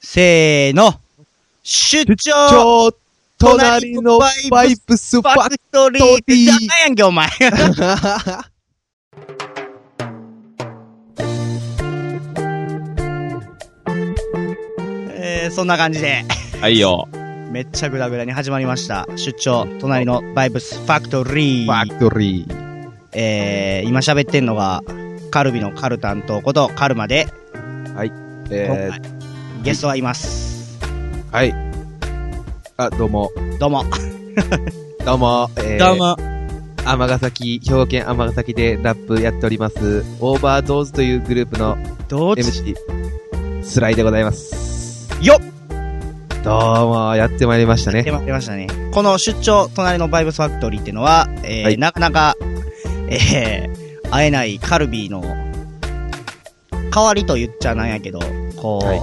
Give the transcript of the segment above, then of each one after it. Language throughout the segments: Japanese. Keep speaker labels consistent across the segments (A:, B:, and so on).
A: せーの。出張
B: 超隣のバイブスフ
A: フ
B: ァ
A: ァ
B: ク
A: クトリーってじゃないやんけ、お前。 えー、そんな感じで、
B: はいよ。
A: めっちゃグダグダに始まりました。出張、隣のバイブスファクトリ
B: フ
A: ー。
B: ァクトリー。
A: えー、今喋ってんのが、カルビのカル担当ことカルマで、今
B: え
A: 回、ゲストはいます。
B: ー、はい。あ、どうも。
A: どうも。
B: どうも。えー、
A: も。
B: 尼崎、兵庫県尼崎でラップやっております、オーバードーズというグループの
A: どうち、
B: MC、スライでございます。
A: よっ
B: どうも、やってまいりましたね
A: 出。ま出ましたね。この出張、隣のバイブスファクトリーっていうのは、えー
B: はい
A: なかなか、えー会えないカルビーの、代わりと言っちゃなんやけど、こう、
B: はい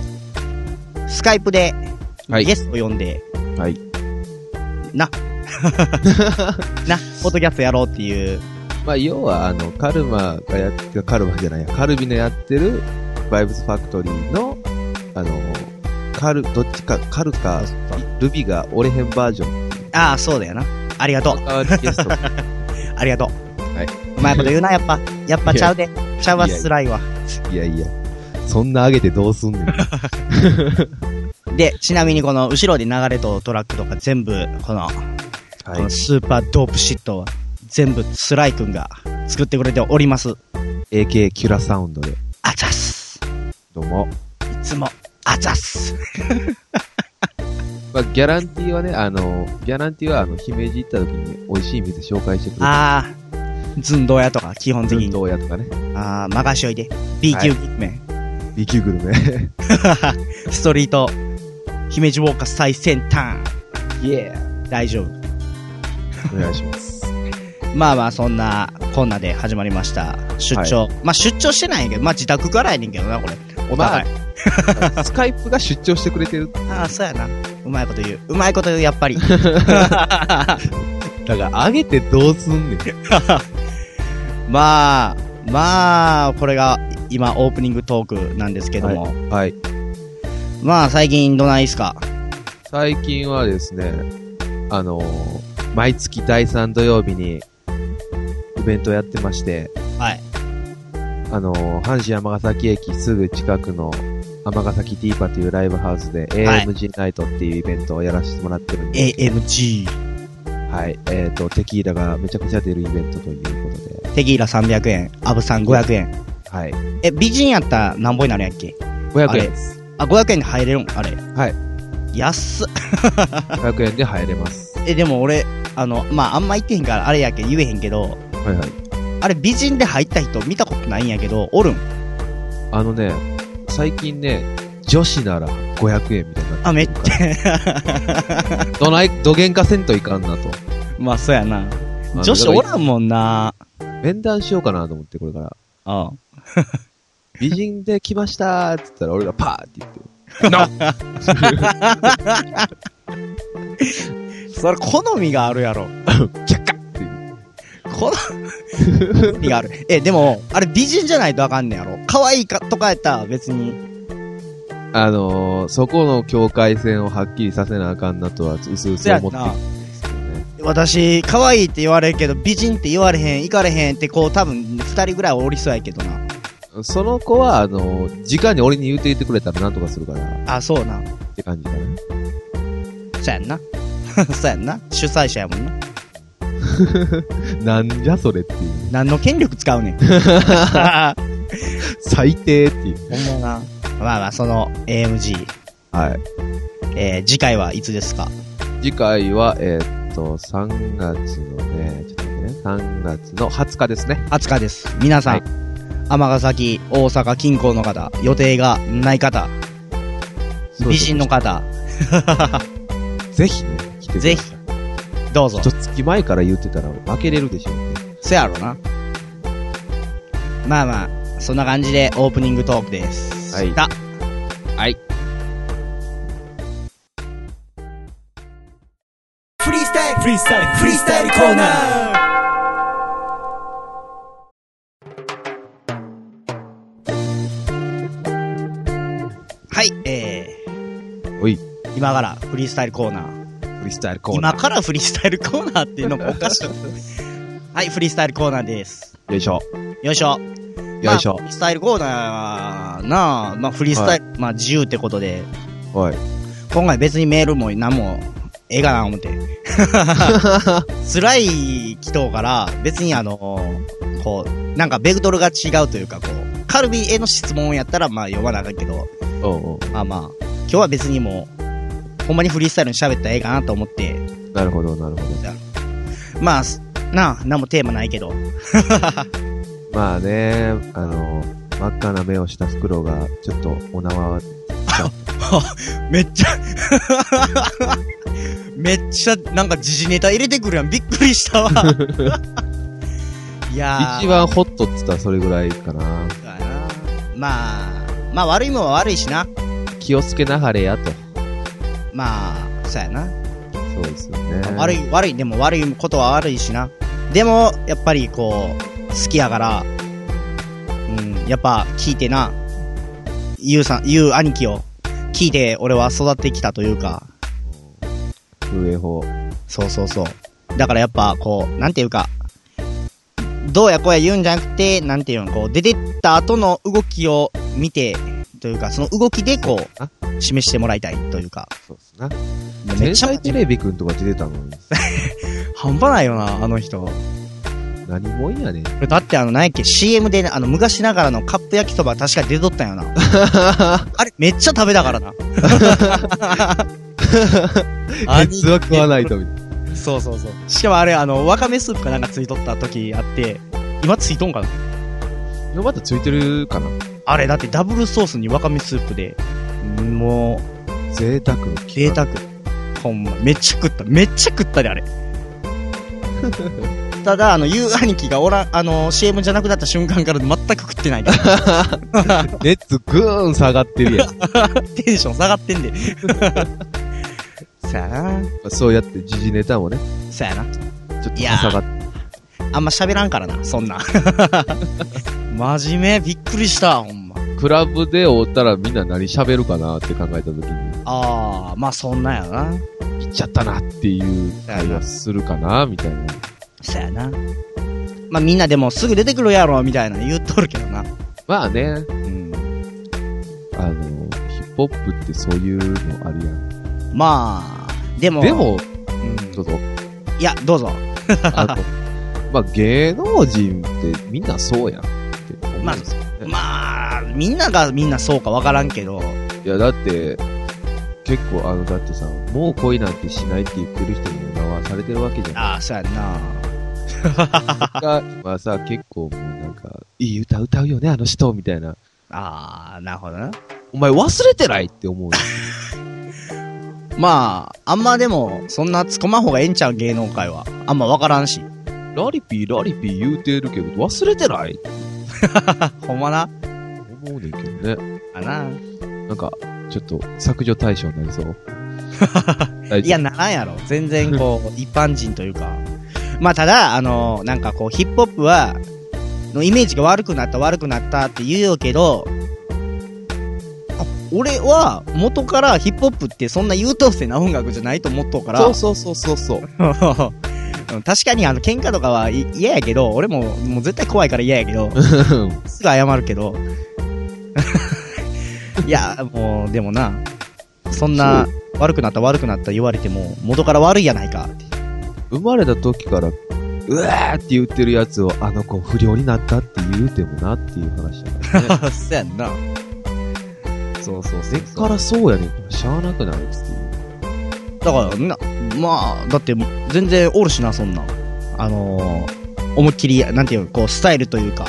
A: スカイプで、
B: はい
A: ゲスト呼んで、
B: はい
A: な、な、ポッドキャストやろうっていう、
B: まあ、要は、あの、カルマがやって、カルマじゃないや、カルビのやってる、バイブスファクトリーの、あの、カル、どっちか、カルか、ルビが折れへんバージョン。
A: ああ、そうだよな。ありがとう。
B: あゲスト。
A: ありがとう。
B: はいう
A: まいこと言うな、やっぱ。やっぱちゃうで。ちゃうわ、
B: いやいや
A: スライは。
B: いやいや、そんな上げてどうすんねん。
A: で、ちなみにこの後ろで流れとトラックとか全部、この、
B: は
A: こ
B: い
A: の。スーパードープシットは全部スライ君が作ってくれております。
B: AK キュラサウンドで。
A: あざっす。
B: どうも。
A: いつも、あざっす。
B: まあ、ギャランティーはね、あの、ギャランティーは、あの、姫路行った時に美味しい店紹介してくれて、
A: あー、寸胴屋とか基本的
B: ず
A: に
B: っ。とやとかね、
A: あー、任しおいで。B 級面、
B: B 級グルメ。
A: ストリート、姫路ウォーカー最先端。
B: イエー
A: 大丈夫。
B: お願いします。
A: まあまあ、そんな、こんなで始まりました。出張。まあ、出張してないんやけど、まあ、自宅からやねんけどな、これ。お互い。
B: スカイプが出張してくれてる。
A: ああ、そうやな。うまいこと言う。うまいこと言う、やっぱり。
B: だから、上げてどうすんねん。
A: まあ、まあ、これが、今、オープニングトークなんですけども。
B: はい。
A: まあ、最近、どないっすか
B: 最近はですね、あのー毎月第3土曜日に、イベントやってまして、
A: はい。
B: あのー阪神尼崎駅すぐ近くの、尼崎ティーパというライブハウスで、
A: はい
B: AMG ナイトっていうイベントをやらせてもらってるんで、
A: AMG。
B: はい。えっ、と、テキーラがめちゃくちゃ出るイベントということで、
A: テキーラ300円、アブさん500円。
B: はい。
A: え、美人やったら何本になるんやっけあ
B: 500
A: れ
B: 円です。
A: あ、500円で入れるんあれ。
B: はい。
A: 安っ。
B: 500円で入れます。
A: え、でも俺、あの、まあ、あんま言ってへんから、あれやけん言えへんけど、
B: はいはい。
A: あれ美人で入った人見たことないんやけど、おるん。
B: あのね、最近ね、女子なら500円みたいになってる
A: あ、めっち
B: ゃ。どない、どげんかせんといかんなと。
A: まあ、そうやな。
B: あの
A: 女子おらんもんな。
B: 面談しようかなと思って、これから。
A: うん。
B: 美人で来ましたーって言ったら、俺がパーって言って。な
A: それ、好みがあるやろ。
B: 却下っていう。
A: 好みが ある。え、でも、あれ美人じゃないとあかんねやろ。可愛いかとかやったら別に。
B: あのー、そこの境界線をはっきりさせなあかんなとは、うすうす
A: そうやん
B: 思って
A: な
B: るんですけどね。
A: 私、可愛いって言われるけど、美人って言われへん、行かれへんって、こう、多分、二人ぐらいはおりそうやけどな。
B: その子は、あのー、時間に俺に言うていてくれたらなんとかするから、
A: あ、そうな。
B: って感じかな。
A: そうやんな。 そうやんな。主催者やもんな。
B: なんじゃそれっていう。
A: 何の権力使 うねん。
B: 最低っていう。
A: ほんまな。まあまあ、その AMG、
B: はい。
A: えー、次回はいつですか
B: 次回は、えーっと、3月のね、ちょっと待ってね、3月の20日ですね。
A: ?20 日です。皆さん、
B: はい
A: 尼崎、大阪近郊の方、予定がない方、美人の方、
B: ぜひね、来てください。
A: ぜひどうぞ
B: 一。月前から言ってたら負けれるでしょうね。
A: せやろな。まあまあ、そんな感じでオープニングトークです。
B: はい
A: だ
B: はい。
C: フリースタイルフリースタイルフリースタイルコーナー
A: はい、えー、
B: おい、
A: 今からフリースタイルコーナー。
B: フリースタイルコーナ
A: 今
B: ー。
A: からフリースタイルコーナーっていうのもおかしい。はい、フリースタイルコーナーです。
B: よいしょ。
A: よいしょ。
B: よいし
A: まあ
B: ょ
A: フ。リースタイルコーナーなあ、まあフリースタイル、まあ自由ってことで、
B: おい。
A: 今回別にメールも何も、ええかな思って。辛い人から、別にあの、こう、なんかベクトルが違うというか、こう、カルビへの質問やったらまあ読まなあかんけど、
B: おうおう
A: まあまあ、今日は別にもう、ほんまにフリースタイルに喋ったらええかなと思って、
B: なるほど、なるほど。
A: まあ、すなあ、何もテーマないけど、
B: まあね、あの、真っ赤な目をしたフクロウが、ちょっとお縄は、
A: めっちゃ、めっちゃ、なんか時事ネタ入れてくるやん。びっくりしたわ。いやー。
B: 一番ホットっつったらそれぐらいかな。
A: だなまあ、まあ悪いもんは悪いしな。
B: 気をつけなはれやと。
A: まあ、そうやな。
B: そうですよね。
A: 悪い、悪い、でも悪いことは悪いしな。でも、やっぱりこう、好きやから、うん、やっぱ聞いてな、ゆうさん、ゆう兄貴を聞いて俺は育ってきたというか、
B: 上方。
A: そうそうそう。だからやっぱこう、なんていうか、どうやこうや言うんじゃなくて、なんていうの、こう、出てった後の動きを見て、というか、その動きでこ
B: あ
A: う、示してもらいたいというか。
B: そうっすな。
A: めっ
B: 天
A: ちゃ
B: 才テレビくんとか出てたのに、
A: 半端ないよな、あの人。
B: 何もんやねん。
A: だってあの、何やっけ、CM でね、あの、昔ながらのカップ焼きそば確か出とったよな。 あれ、めっちゃ食べたからな。 あ
B: ケツは食わないと、みたいな。
A: そうそうそう。しかもあれ、あの、わかめスープかなんかついとった時あって、今ついとんかな
B: 今またついてるかな
A: あれ、だってダブルソースにわかめスープで、も
B: 贅沢の
A: う、贅沢。ほんま、めっちゃ食った。めっちゃ食ったで、あ れ。ただ、あの、ゆう兄貴がおらん、あの、CM じゃなくなった瞬間から全く食ってないから。
B: 熱ぐーん下がってるやん。
A: テンション下がってんで。 さあな。
B: そうやって時事ネタもね、
A: さあな。
B: ちょっと
A: いやー
B: 下がって。
A: あんま喋らんからな、そん な。真面目、びっくりした、ほんま。
B: クラブで会ったらみんな何喋るかなって考えた時に、
A: ああ、まあそんなんやな。
B: 行っちゃったなっていう会話するかなみたいな。
A: さやな。まあみんなでもすぐ出てくるやろ、みたいな言っとるけどな。
B: まあね、
A: うん。
B: あの、ヒップホップってそういうのあるやん。
A: まあ、でも。
B: で、
A: う
B: も、
A: ん、
B: ちょっと、
A: いや、どうぞ。
B: あ の、まあ芸能人ってみんなそうやんって思うんですよね。
A: まあ、みんながみんなそうかわからんけど、
B: いや、だって、結構あの、だってさ、もう恋なんてしないって言ってる人にもはされてるわけじゃん。
A: ああ、そうやんな。
B: が、まあさ、結構もうなんか、いい歌歌うよね、あの人、みたいな。
A: ああ、なるほどな。
B: お前忘れてないって思うよ。
A: まあ、あんまでも、そんな突っ込まん方がええんちゃう芸能界は。あんまわからんし。
B: ラリピー、ラリピー言うてるけど、忘れてないって
A: ほんまな。
B: 思うねんけどね。
A: あな。
B: なんか、ちょっと削除対象になり そう。大
A: いや、
B: 丈
A: ならんやろ。全然こう、一般人というか。まあ、ただ、あのなんかこう、ヒップホップは、のイメージが悪くなった、悪くなったって言うよけど、あ俺は元からヒップホップってそんな優等生な音楽じゃないと思っとうから、
B: 夫そうそうそうそうそう。
A: うん 確かにあの喧嘩とかはい嫌やけど、俺ももう絶対怖いから嫌やけ ど、すぐ謝るけど。 いや、もう、でもな、そんな
B: そ
A: 悪くなった悪くなった言われても、元から悪いやないかって。
B: 生まれた時から、うわーって言ってるやつを、あの子不良になったって言うてもなっていう話だからね。
A: あ、 そうやんな。そうそうそう
B: 根っからそうやねんから、しゃあなくないっていう。
A: だからな、まあ、だって、全然おるしな、そんなん。あのー、思いっきり、なんていうのこう、スタイルというか、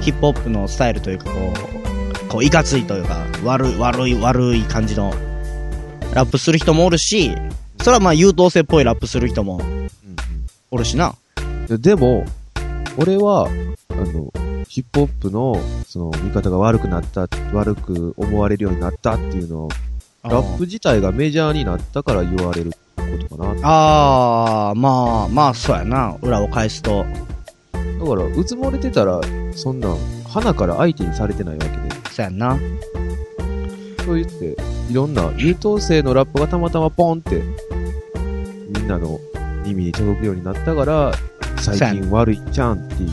A: ヒップホップのスタイルというか、こう、こう、いかついというか、悪い、悪い、悪い感じの、ラップする人もおるし、それはまあ、優等生っぽいラップする人も
B: うん
A: おるしな。
B: ででも、俺は、あの、ヒップホップの、その、見方が悪くなった、悪く思われるようになったっていうのをラップ自体がメジャーになったから言われることかな。だか
A: あー、まあ、まあ、そうやな。裏を返すと。
B: ら、うつもれてたら、そんなん、花から相手にされてないわけで。
A: そうやんな。
B: そう言って、いろんな優等生のラップがたまたまポンって、みんなの耳に届くようになったから、最近悪いちゃんっていう。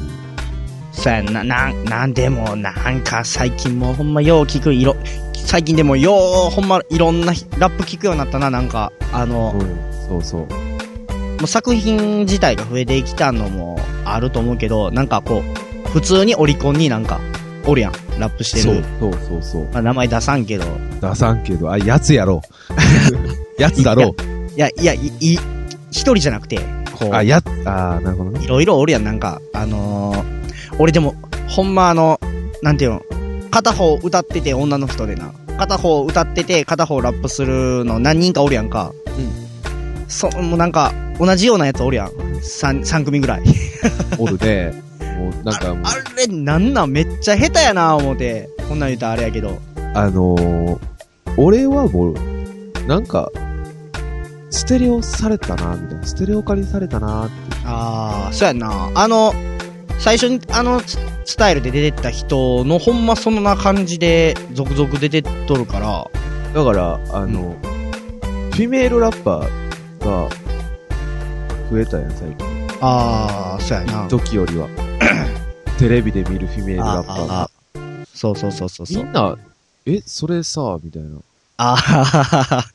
A: そうやんな、なん、なんでも、なんか最近もうほんまよう聞く、いろ、最近でもようほんまいろんなひラップ聞くようになったな、なんか、あの、も
B: うん、そうそう。
A: う作品自体が増えてきたのもあると思うけど、なんかこう、普通にオリコンになんか、おるやん、ラップして
B: そ
A: る
B: う。そうそうそう。
A: まあ、名前出さんけど、
B: 出さんけど、あ、やつやろ う。やつだろう。
A: いや、いや、い、い、一人じゃなくて、こう、
B: あ、やつ、あーなるほどね。
A: いろいろおるやん、なんか、あのー、俺でも、ほんまあの、なんていうの、片方歌ってて女の人でな、片方歌ってて片方ラップするの何人かおるやんか。うん。そ、もうなんか、同じようなやつおるやん。三、三組ぐらい。
B: おるね。もう、なんかもう
A: あれ、なんなんめっちゃ下手やな思って。こんなん言うたらあれやけど。
B: あのー、俺はもう、なんか、ステレオされたな、みたいな。ステレオ化にされたな、って。
A: あー、そうやんな。あの、最初にあのススタイルで出てった人のほんまそんな感じで続々出てっとるから、
B: だから、あの、フィメールラッパーが増えたやん、最近。
A: あー、そうやな。
B: 時よ りは。テレビで見るフィメールラッパー
A: あ
B: が。
A: ああそうそうそうそうそ
B: み。
A: うん
B: な、え、それさ、みたいな。
A: ああ、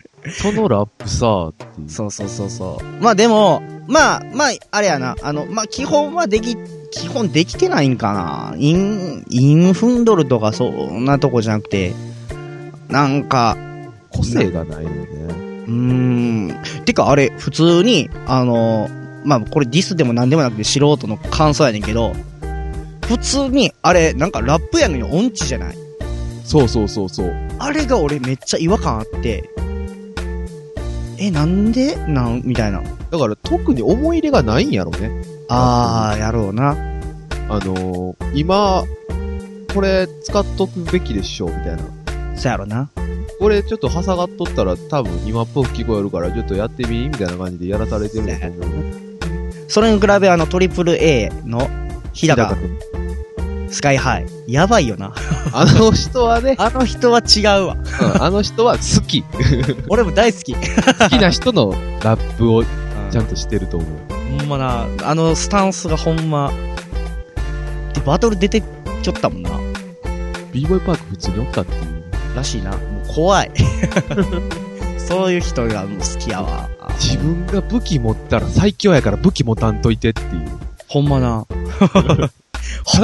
B: そのラップさ、っていう。
A: そうそうそうそう。まあでも、まあ、まあ、あれやな、あの、まあ基本はでき、基本できてないんかな。イン、インフンドルとかそんなとこじゃなくて、なんか、
B: 個性がないよね。
A: うーん、てかあれ、普通に、あの、まあこれディスでも何でもなくて素人の感想やねんけど、普通に、あれ、なんかラップやのに音痴じゃない
B: そうそうそうそう。
A: あれが俺めっちゃ違和感あって、え、なんでなんみたいな。
B: だから特に思い入れがないんやろね。
A: あー、やろうな。
B: あのー、今、これ使っとくべきでしょ、みたいな。
A: そやろな。
B: これちょっとはさがっとったら多分今っぽく聞こえるからちょっとやってみみたいな感じでやらされてるんやと思うね。
A: それに比べあの、トリプル A の 日
B: 平
A: 高
B: 田、君。
A: スカイハイ。やばいよな。
B: あの人はね、
A: あの人は違 うわ。
B: うんあの人は好き。
A: 俺も大好き。
B: 好きな人のラップをち
A: じ
B: ゃ
A: ゃ
B: んとしてると思う。
A: ほんまな、あのスタンスがほんま。で、バトル出てっちょったもんな。
B: b ボイパーク普通におったっていう。
A: らしいな。もう怖い。そういう人がもう好きやわ。
B: 自分が武器持ったら最強やから武器持たんといてっていう。
A: ほんまな。ほ
B: ただ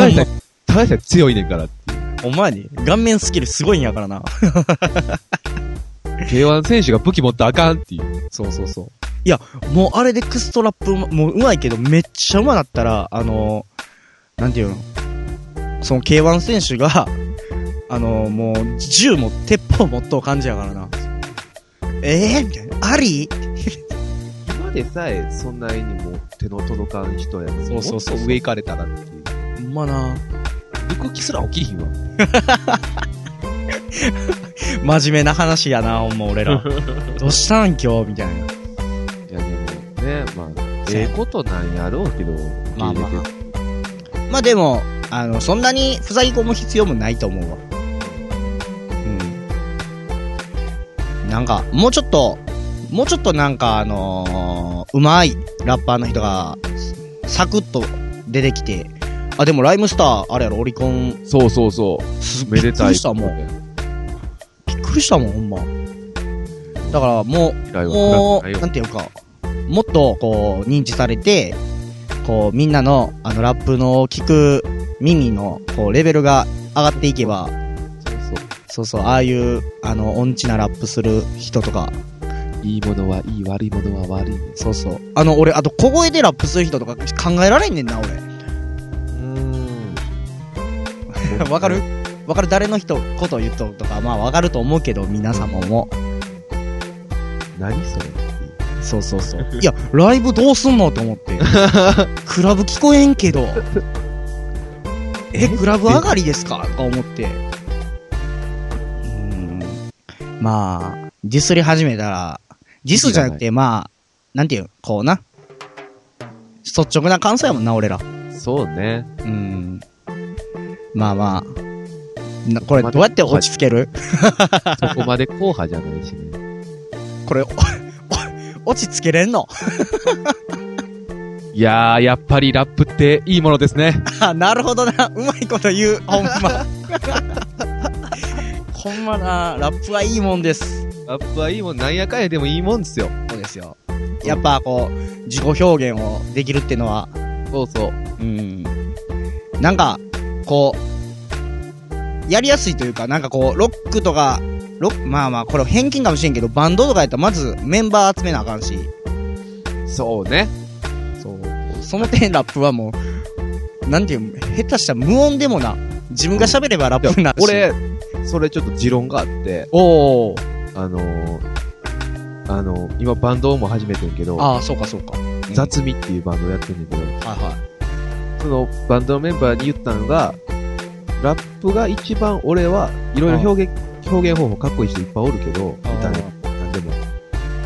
B: でさえ、ただでさえ強いねんからってい
A: お
B: う。
A: 前に顔面スキルすごいんやからな。
B: K1 選手が武器持ったらあかんっていう。そうそうそう。
A: もうあれでクストラップうま、もう上手いけどめっちゃ上手だったら、あのー、なんていうのその K1 選手が、 あのー、もう銃も鉄砲もっとう感じやからな。ええみたいな。あり
B: 今でさえそんなにも手の届かん人やのに
A: そうそうそう
B: もっと上行かれたらっていう。
A: ほんまな。
B: 抜く気すら起きひんわ。
A: 真面目な話やな、ほんま俺ら。どうしたん今日みたいな。
B: いやでもね、まあ、
A: そう
B: ええことなんやろうけど、
A: まあまあ
B: 受け入れて
A: まあでも、あの、そんなにふざぎ込む必要もないと思うわ。うん。なんか、もうちょっと、もうちょっとなんかあのー、うまいラッパーの人が、サクッと出てきて、あ、でもライムスター、あれやろ、オリコン、
B: そうそうそう。
A: す
B: めでたい。
A: びっくりしたもん。
B: ん。
A: びっくりしたもん、ほんま。だからも、
B: 嫌いうは
A: も
B: 暗く
A: う、
B: ないよ
A: なんていうか、もっとこう、認知されて、こう、みんなの、あの、ラップの聞く耳の、こう、レベルが上がっていけば、
B: そう そう。
A: そうそう、ああいう、あの、音痴なラップする人とか、
B: いいものはいい、悪いものは悪い。
A: そうそう。あの、俺、あと、小声でラップする人とか考えられんねんな、俺。
B: うん。
A: わかるわかる誰の人、ことを言っとるとか、まあ、わかると思うけど、皆様も。
B: 何それっていう
A: そうそうそう。 いや、ライブどうすんのと思 って。クラブ聞こえんけど。え、クラブ上がりですかとか思って。うーん。まあ、ディスり始めたら、ディスじゃなくて、まあ、なんていう、こうな。率直な感想やもんな、俺ら。
B: そうね。
A: うん。まあまあ、なこれどうやって落ち着ける
B: そこまで硬派じゃないしね。
A: これ、おお 落ち着けれんの
B: いやー、やっぱりラップっていいものですね。
A: あ、なるほどな。うまいこと言う。ほんま。 ほんまな、ラップはいいもんです。
B: ラップはいいもん、なんやかんやでもいいもんですよ。
A: そうですよ。やっぱこう、自己表現をできるってのは、
B: そうそう。
A: うん。なんか、こう、やりやすいというか、なんかこう、ロックとか、ロック、まあまあ、これ偏見かもしれんけど、バンドとかやったらまずメンバー集めなあかんし、
B: そうね。
A: そう。その点ラップはもう、なんていうの、下手したら無音でもな、自分が喋ればラップになるし。、
B: 俺、それちょっと持論があって、
A: おお。
B: あのー、あのー、今バンドも始めてんけど、
A: ああ、そうかそうか。
B: 雑味っていうバンドやってんねんけど、
A: はいはい。
B: そのバンドのメンバーに言ったのが、ラップが一番俺はいろいろ表現、表現方法かっこいい人いっぱいおるけど、
A: あー
B: 歌でも何でも。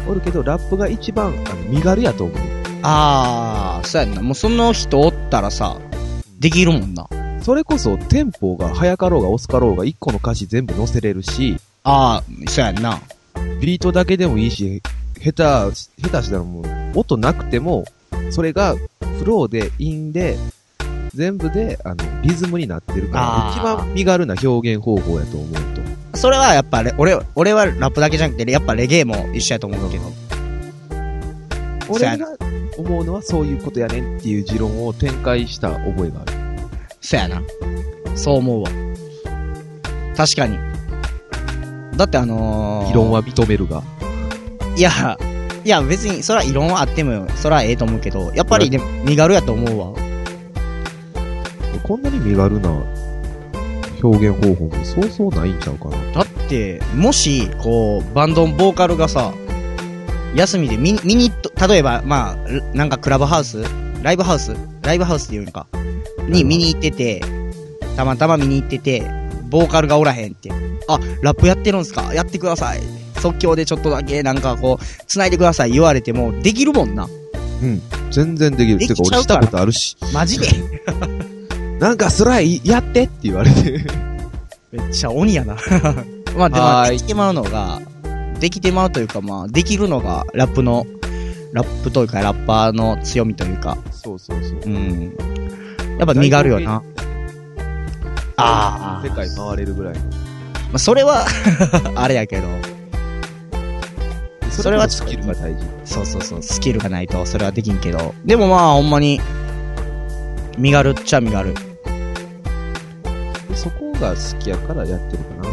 B: おるけど、ラップが一番あの身軽やと思う。
A: ああ、そうやんな。もうその人おったらさ、できるもんな。
B: それこそテンポが早かろうが遅かろうが一個の歌詞全部載せれるし、
A: ああ、そうやんな。
B: ビートだけでもいいし、下手、下手したらもう、音なくても、それがフローで、インで、全部で、あの、リズムになってるから、
A: あー
B: 一番身軽な表現方法やと思うと。
A: それはやっぱレ、俺、俺はラップだけじゃなくて、やっぱレゲエも一緒やと思うけど。そうや
B: 俺が思うのはそういうことやねんっていう持論を展開した覚えがある。
A: そうやな。そう思うわ。確かに。だってあのー、
B: 異論は認めるが。
A: いや、いや別に、そら異論はあっても、そらええと思うけど、やっぱりでも身軽やと思うわ。
B: こんなに身軽な表現方法もそうそうないんちゃうかな。
A: だって、もし、こう、バンドのボーカルがさ、休みで見見に行っと、例えば、まあ、らなんかクラブハウスライブハウスライブハウスって言うんか。に見に行ってて、たまたま見に行ってて、ボーカルがおらへんって。あ、ラップやってるんすかやってください。即興でちょっとだけ、なんかこう、繋いでください言われても、できるもんな。
B: 全然できる。
A: で
B: て
A: き
B: か
A: ちゃ
B: 俺
A: う
B: し
A: から
B: たことあるし。
A: マジで
B: なんかスライやってって言われて。
A: めっちゃ鬼やな。 まあで
B: は
A: も、
B: ー
A: で
B: い
A: きてまうのが、できてまうというか、まあ、できるのが、ラップの、ラップというか、ラッパーの強みというか、
B: そうそうそう。
A: うん。やっぱ身軽よな。ああ。
B: 世界回れるぐらいの。
A: まあ、それは、 あれやけど、それは
B: スキルが大事。
A: そうそうそう、スキルがないと、それはできんけど、でもまあ、ほんまに、身軽っちゃ身軽。
B: でそこが好きやからやってるか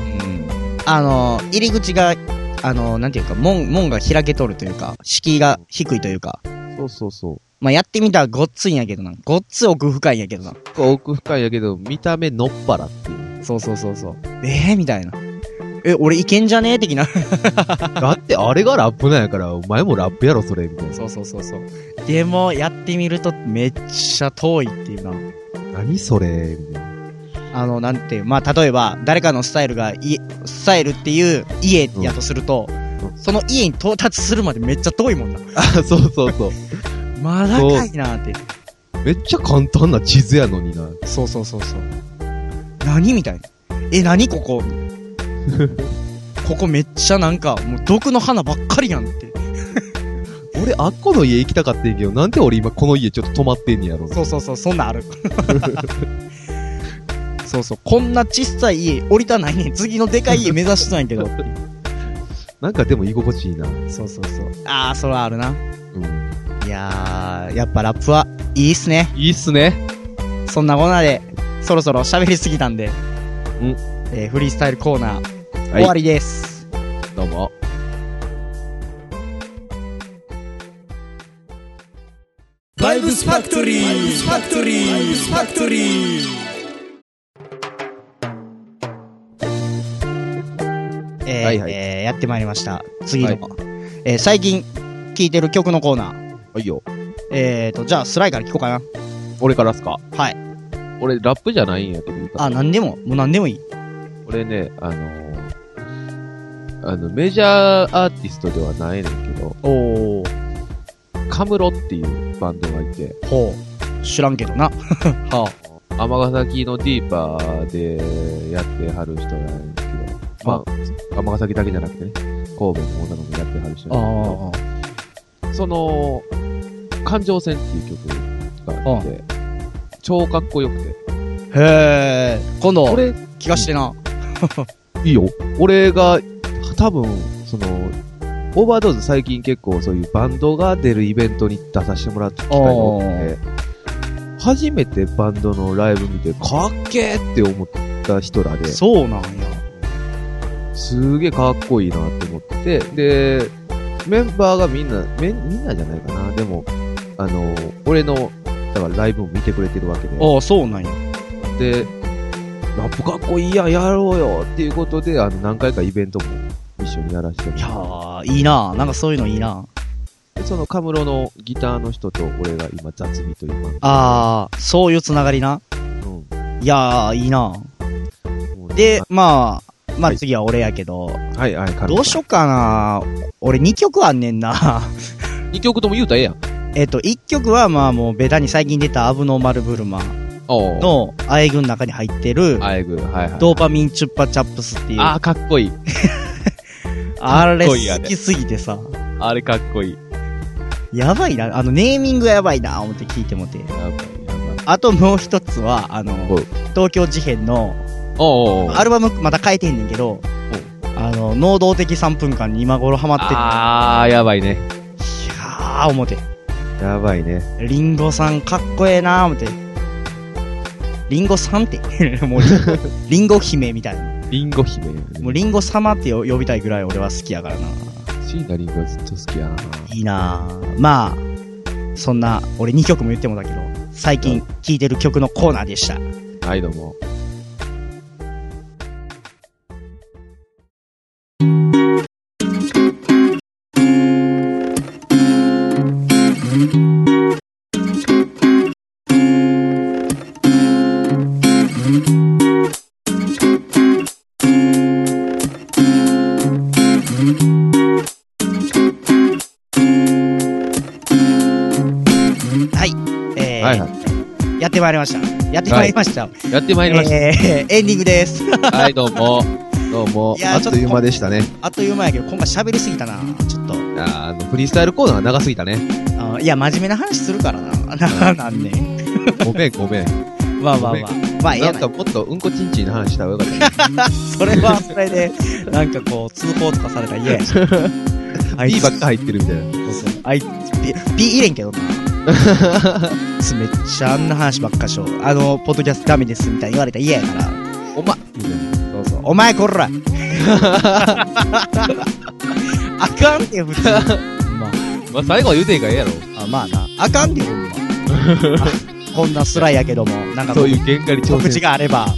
B: な。
A: あの、入り口が、あの、なんていうか、門、門が開けとるというか、敷居が低いというか、
B: そうそうそう。
A: まあ、やってみたらごっついんやけどな。ごっつ奥深いんやけどな。
B: 奥深いんやけど、見た目のっぱらっていう。
A: そうそうそうそう。ええー、みたいな。え、俺いけんじゃねえ的な。
B: だってあれがラップなんやから、お前もラップやろ、それ、みたい
A: そうそうそうそう。でも、やってみるとめっちゃ遠いっていうな。
B: な。何それ、みたいな。
A: あの、なんていう、まあ、例えば、誰かのスタイルが、い、スタイルっていう家やとすると、
B: うん
A: その家に到達するまでめっちゃ遠いもんな。
B: あ、そうそうそう。
A: まだかいなって。
B: めっちゃ簡単な地図やのにな。
A: そうそうそうそう。何みたいな。え、何ここここめっちゃなんか、もう毒の花ばっかりやんって。
B: 俺、あっこの家行きたかってんけど、なんで俺今この家ちょっと泊まってんねやろ。
A: そうそうそう、そんなんある。 そうそう、こんな小さい家降りたないねん次のでかい家目指してたんやけど。
B: なんかでも居心地いいな。
A: そうそうそう。あー、それはあるな。
B: うん。
A: いやー、やっぱラップはいいっすね。
B: いいっすね。
A: そんなこんなで、そろそろ喋りすぎたんで。
B: うん
A: えーフリースタイルコーナー、
B: は
A: 終わ
B: い、
A: りです。
B: どうも。
C: バイブスファクトリーバイブスファクトリーバイブスファクトリー
A: えー
B: はいはい
A: えーやってまいりました。次の、
B: はい
A: えー最近聴いてる曲のコーナー。
B: はいよ。
A: えーと、じゃあ、スライから聞こうかな。
B: 俺からっすか
A: はい。
B: 俺、ラップじゃないんやけど、いいかな
A: あ、なんでも、もうなんでもいい。
B: これね、あのーあの、メジャーアーティストではないねんけど、
A: お
B: カムロっていうバンドがいて、
A: ほう。知らんけどな。は
B: 尼崎のディーパーでやってはる人なんですけど、まあ、尼崎だけじゃなくてね、神戸の女の子もやってはる人なん
A: あ
B: ですけど、その、環状線っていう曲があって、超かっこよくて、
A: あ。へえ。今度
B: こ、れ、
A: 気がしてな。
B: いいよ。俺が、多分、その、オーバードーズ最近結構そういうバンドが出るイベントに出させてもらった機会が多くて、初めてバンドのライブ見て、かっけーって思った人らで、
A: そうなんや。
B: すげえかっこいいなって思って、で、メンバーがみんな、めみんなじゃないかな。でも、あの、俺の、だからライブも見てくれてるわけで、
A: ああ、そうなんや。
B: で、ラップかっこいいやん、やろうよっていうことで、あの、何回かイベントも一緒にやらせても
A: い
B: ら
A: や
B: って
A: ー、いいななんかそういうのいいな
B: でそのカムロのギターの人と俺が今雑味というバンド
A: あー、そういうつながりな。いやー、いいな
B: うんもうね
A: で、まあ、ま
B: は
A: あ
B: い
A: 次は俺やけど、
B: はいはい、カムロ
A: どうしよっかな俺2曲あんねんな
B: ?2 曲とも言うたらええやん。
A: えっと、1曲はまあもうベタに最近出たアブノーマルブルマ
B: おう、
A: の、アエグの中に入ってる、
B: あえぐ、はいはい。
A: ドーパミンチュッパチャップスっていう、
B: あ
A: あ
B: ー、かっこいい。
A: れ
B: かっこいいや
A: 好
B: ね
A: きすぎてさ、
B: あれかっこいい。や
A: やばいな、あのネーミングやばいな思って聞いてもて。
B: ばい、やばい。
A: あともう一つは、あの
B: おう、
A: 東京事変の、
B: おうおうおう
A: アルバムまた変えてんねんけど、あの、能動的3分間に今頃ハマってて、い
B: あー、やばいね。
A: やー思て。
B: やばいね。
A: リンゴさんかっこええなー思て。リンゴさんって、 もう、 リンゴ姫みたいな。
B: リンゴ姫。
A: もうリンゴ様ってよ呼びたいぐらい俺は好きやからな。
B: 椎名リンゴはずっと好きやな。
A: いいなぁ。まあ、そんな、俺2曲も言ってもだけど、最近聴いてる曲のコーナーでした。
B: はい、どうも。
A: はい。えー
B: はいは
A: やってまいりました。やってまいりました。
B: い。やってまいりまし
A: えー、エンディングです。
B: た。はい、どうも。どうも
A: い。や
B: あっという間でしたね。
A: あっという間やけど、今回喋りすぎたなちょっと。
B: あーあの、フリースタイルコーナーが長すぎたね。
A: あーいや、真面目な話するからなな、 なんね。
B: ごめん、ごめん。
A: まあまあまあ。 まあ、ええ
B: な
A: や
B: ん
A: ない
B: かもっとうんこちんちんの話した方がよかったね。
A: それはそれで、なんかこう、通報とかされたら嫌 やし。あい
B: B
A: つ、
B: ばっか入ってるみたいな。
A: そうそうあいつ、ピ、ピ入れんけどな。めっちゃあんな話ばっかしょ。あの、ポッドキャストダメですみたいに言われたら嫌やから。
B: おまみたいな。
A: そうそう。お前こ らあかんって、普 通。ま
B: まあ、最後は言うてんからええやろ。
A: あ、あまあな。あかん って、ほんま。あこんなスライやけども、なんかこ
B: そうういう限界に挑
A: 告知
B: 戦。
A: があれば。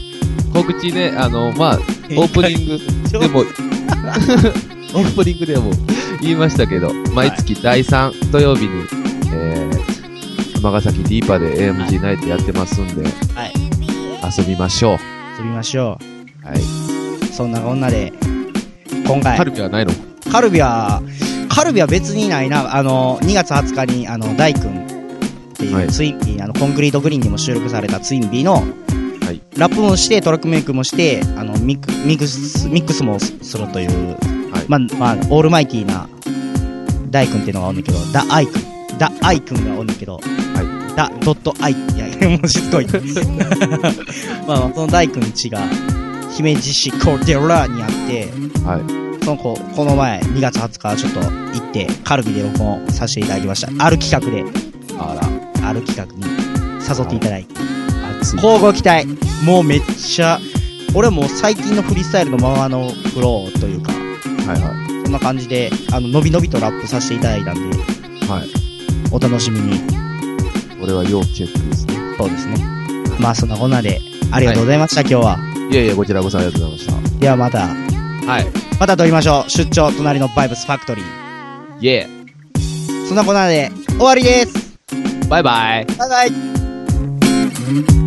B: 告知ね、あの、まあ、オープニングでも、オープニングでも言いましたけど、毎月第3土曜日に、えー、尼崎ディーパーで AMG ナイトやってますんで、
A: はい
B: 遊びましょう。
A: 遊びましょ
B: はい。
A: う。そんなこんなで、今回
B: カ。ルビはないの
A: カルビは、カルビは別にないな。あの、2月20日に、あの、大君って
B: はいいう
A: ツインビー、あの、コンクリートグリーンにも収録されたツインビーの、
B: い
A: ラップもして、トラックメイクもして、あの、ミックミックス、ミックスもすするという、
B: はい
A: まあ、まあ、オールマイティーな、大君っていうのがおんねんけど、ダアイ君。ダアイ君がおんねんけど、ダドットアイ、いや、もうしつ こい。まあ、その大君ちが、姫路市コルデラにあって、
B: はい。
A: その子、この前、2月20日、ちょっと行って、カルビで録音させていただきました。ある企画で、
B: あら、
A: ある企画に誘っていただいて。
B: 暑い。
A: 交互期待もうめっちゃ、俺もう最近のフリースタイルのままのフローというか、
B: はいは
A: そんな感じで、あの、のびのびとラップさせていただいたんで、
B: い。はい。
A: お楽しみに。
B: 俺は要チェックですね。
A: そうですね。まあ、そんなこんなで、ありがとうございました、今日は。
B: いやいや、こちらこそありがとうございまし
A: ではまた、
B: た。はい。
A: また撮りましょう。出張、隣のバイブスファクトリー。
B: イェ
A: そんなこんなで、終わりです
B: ー。バイバイ。
A: バイバイ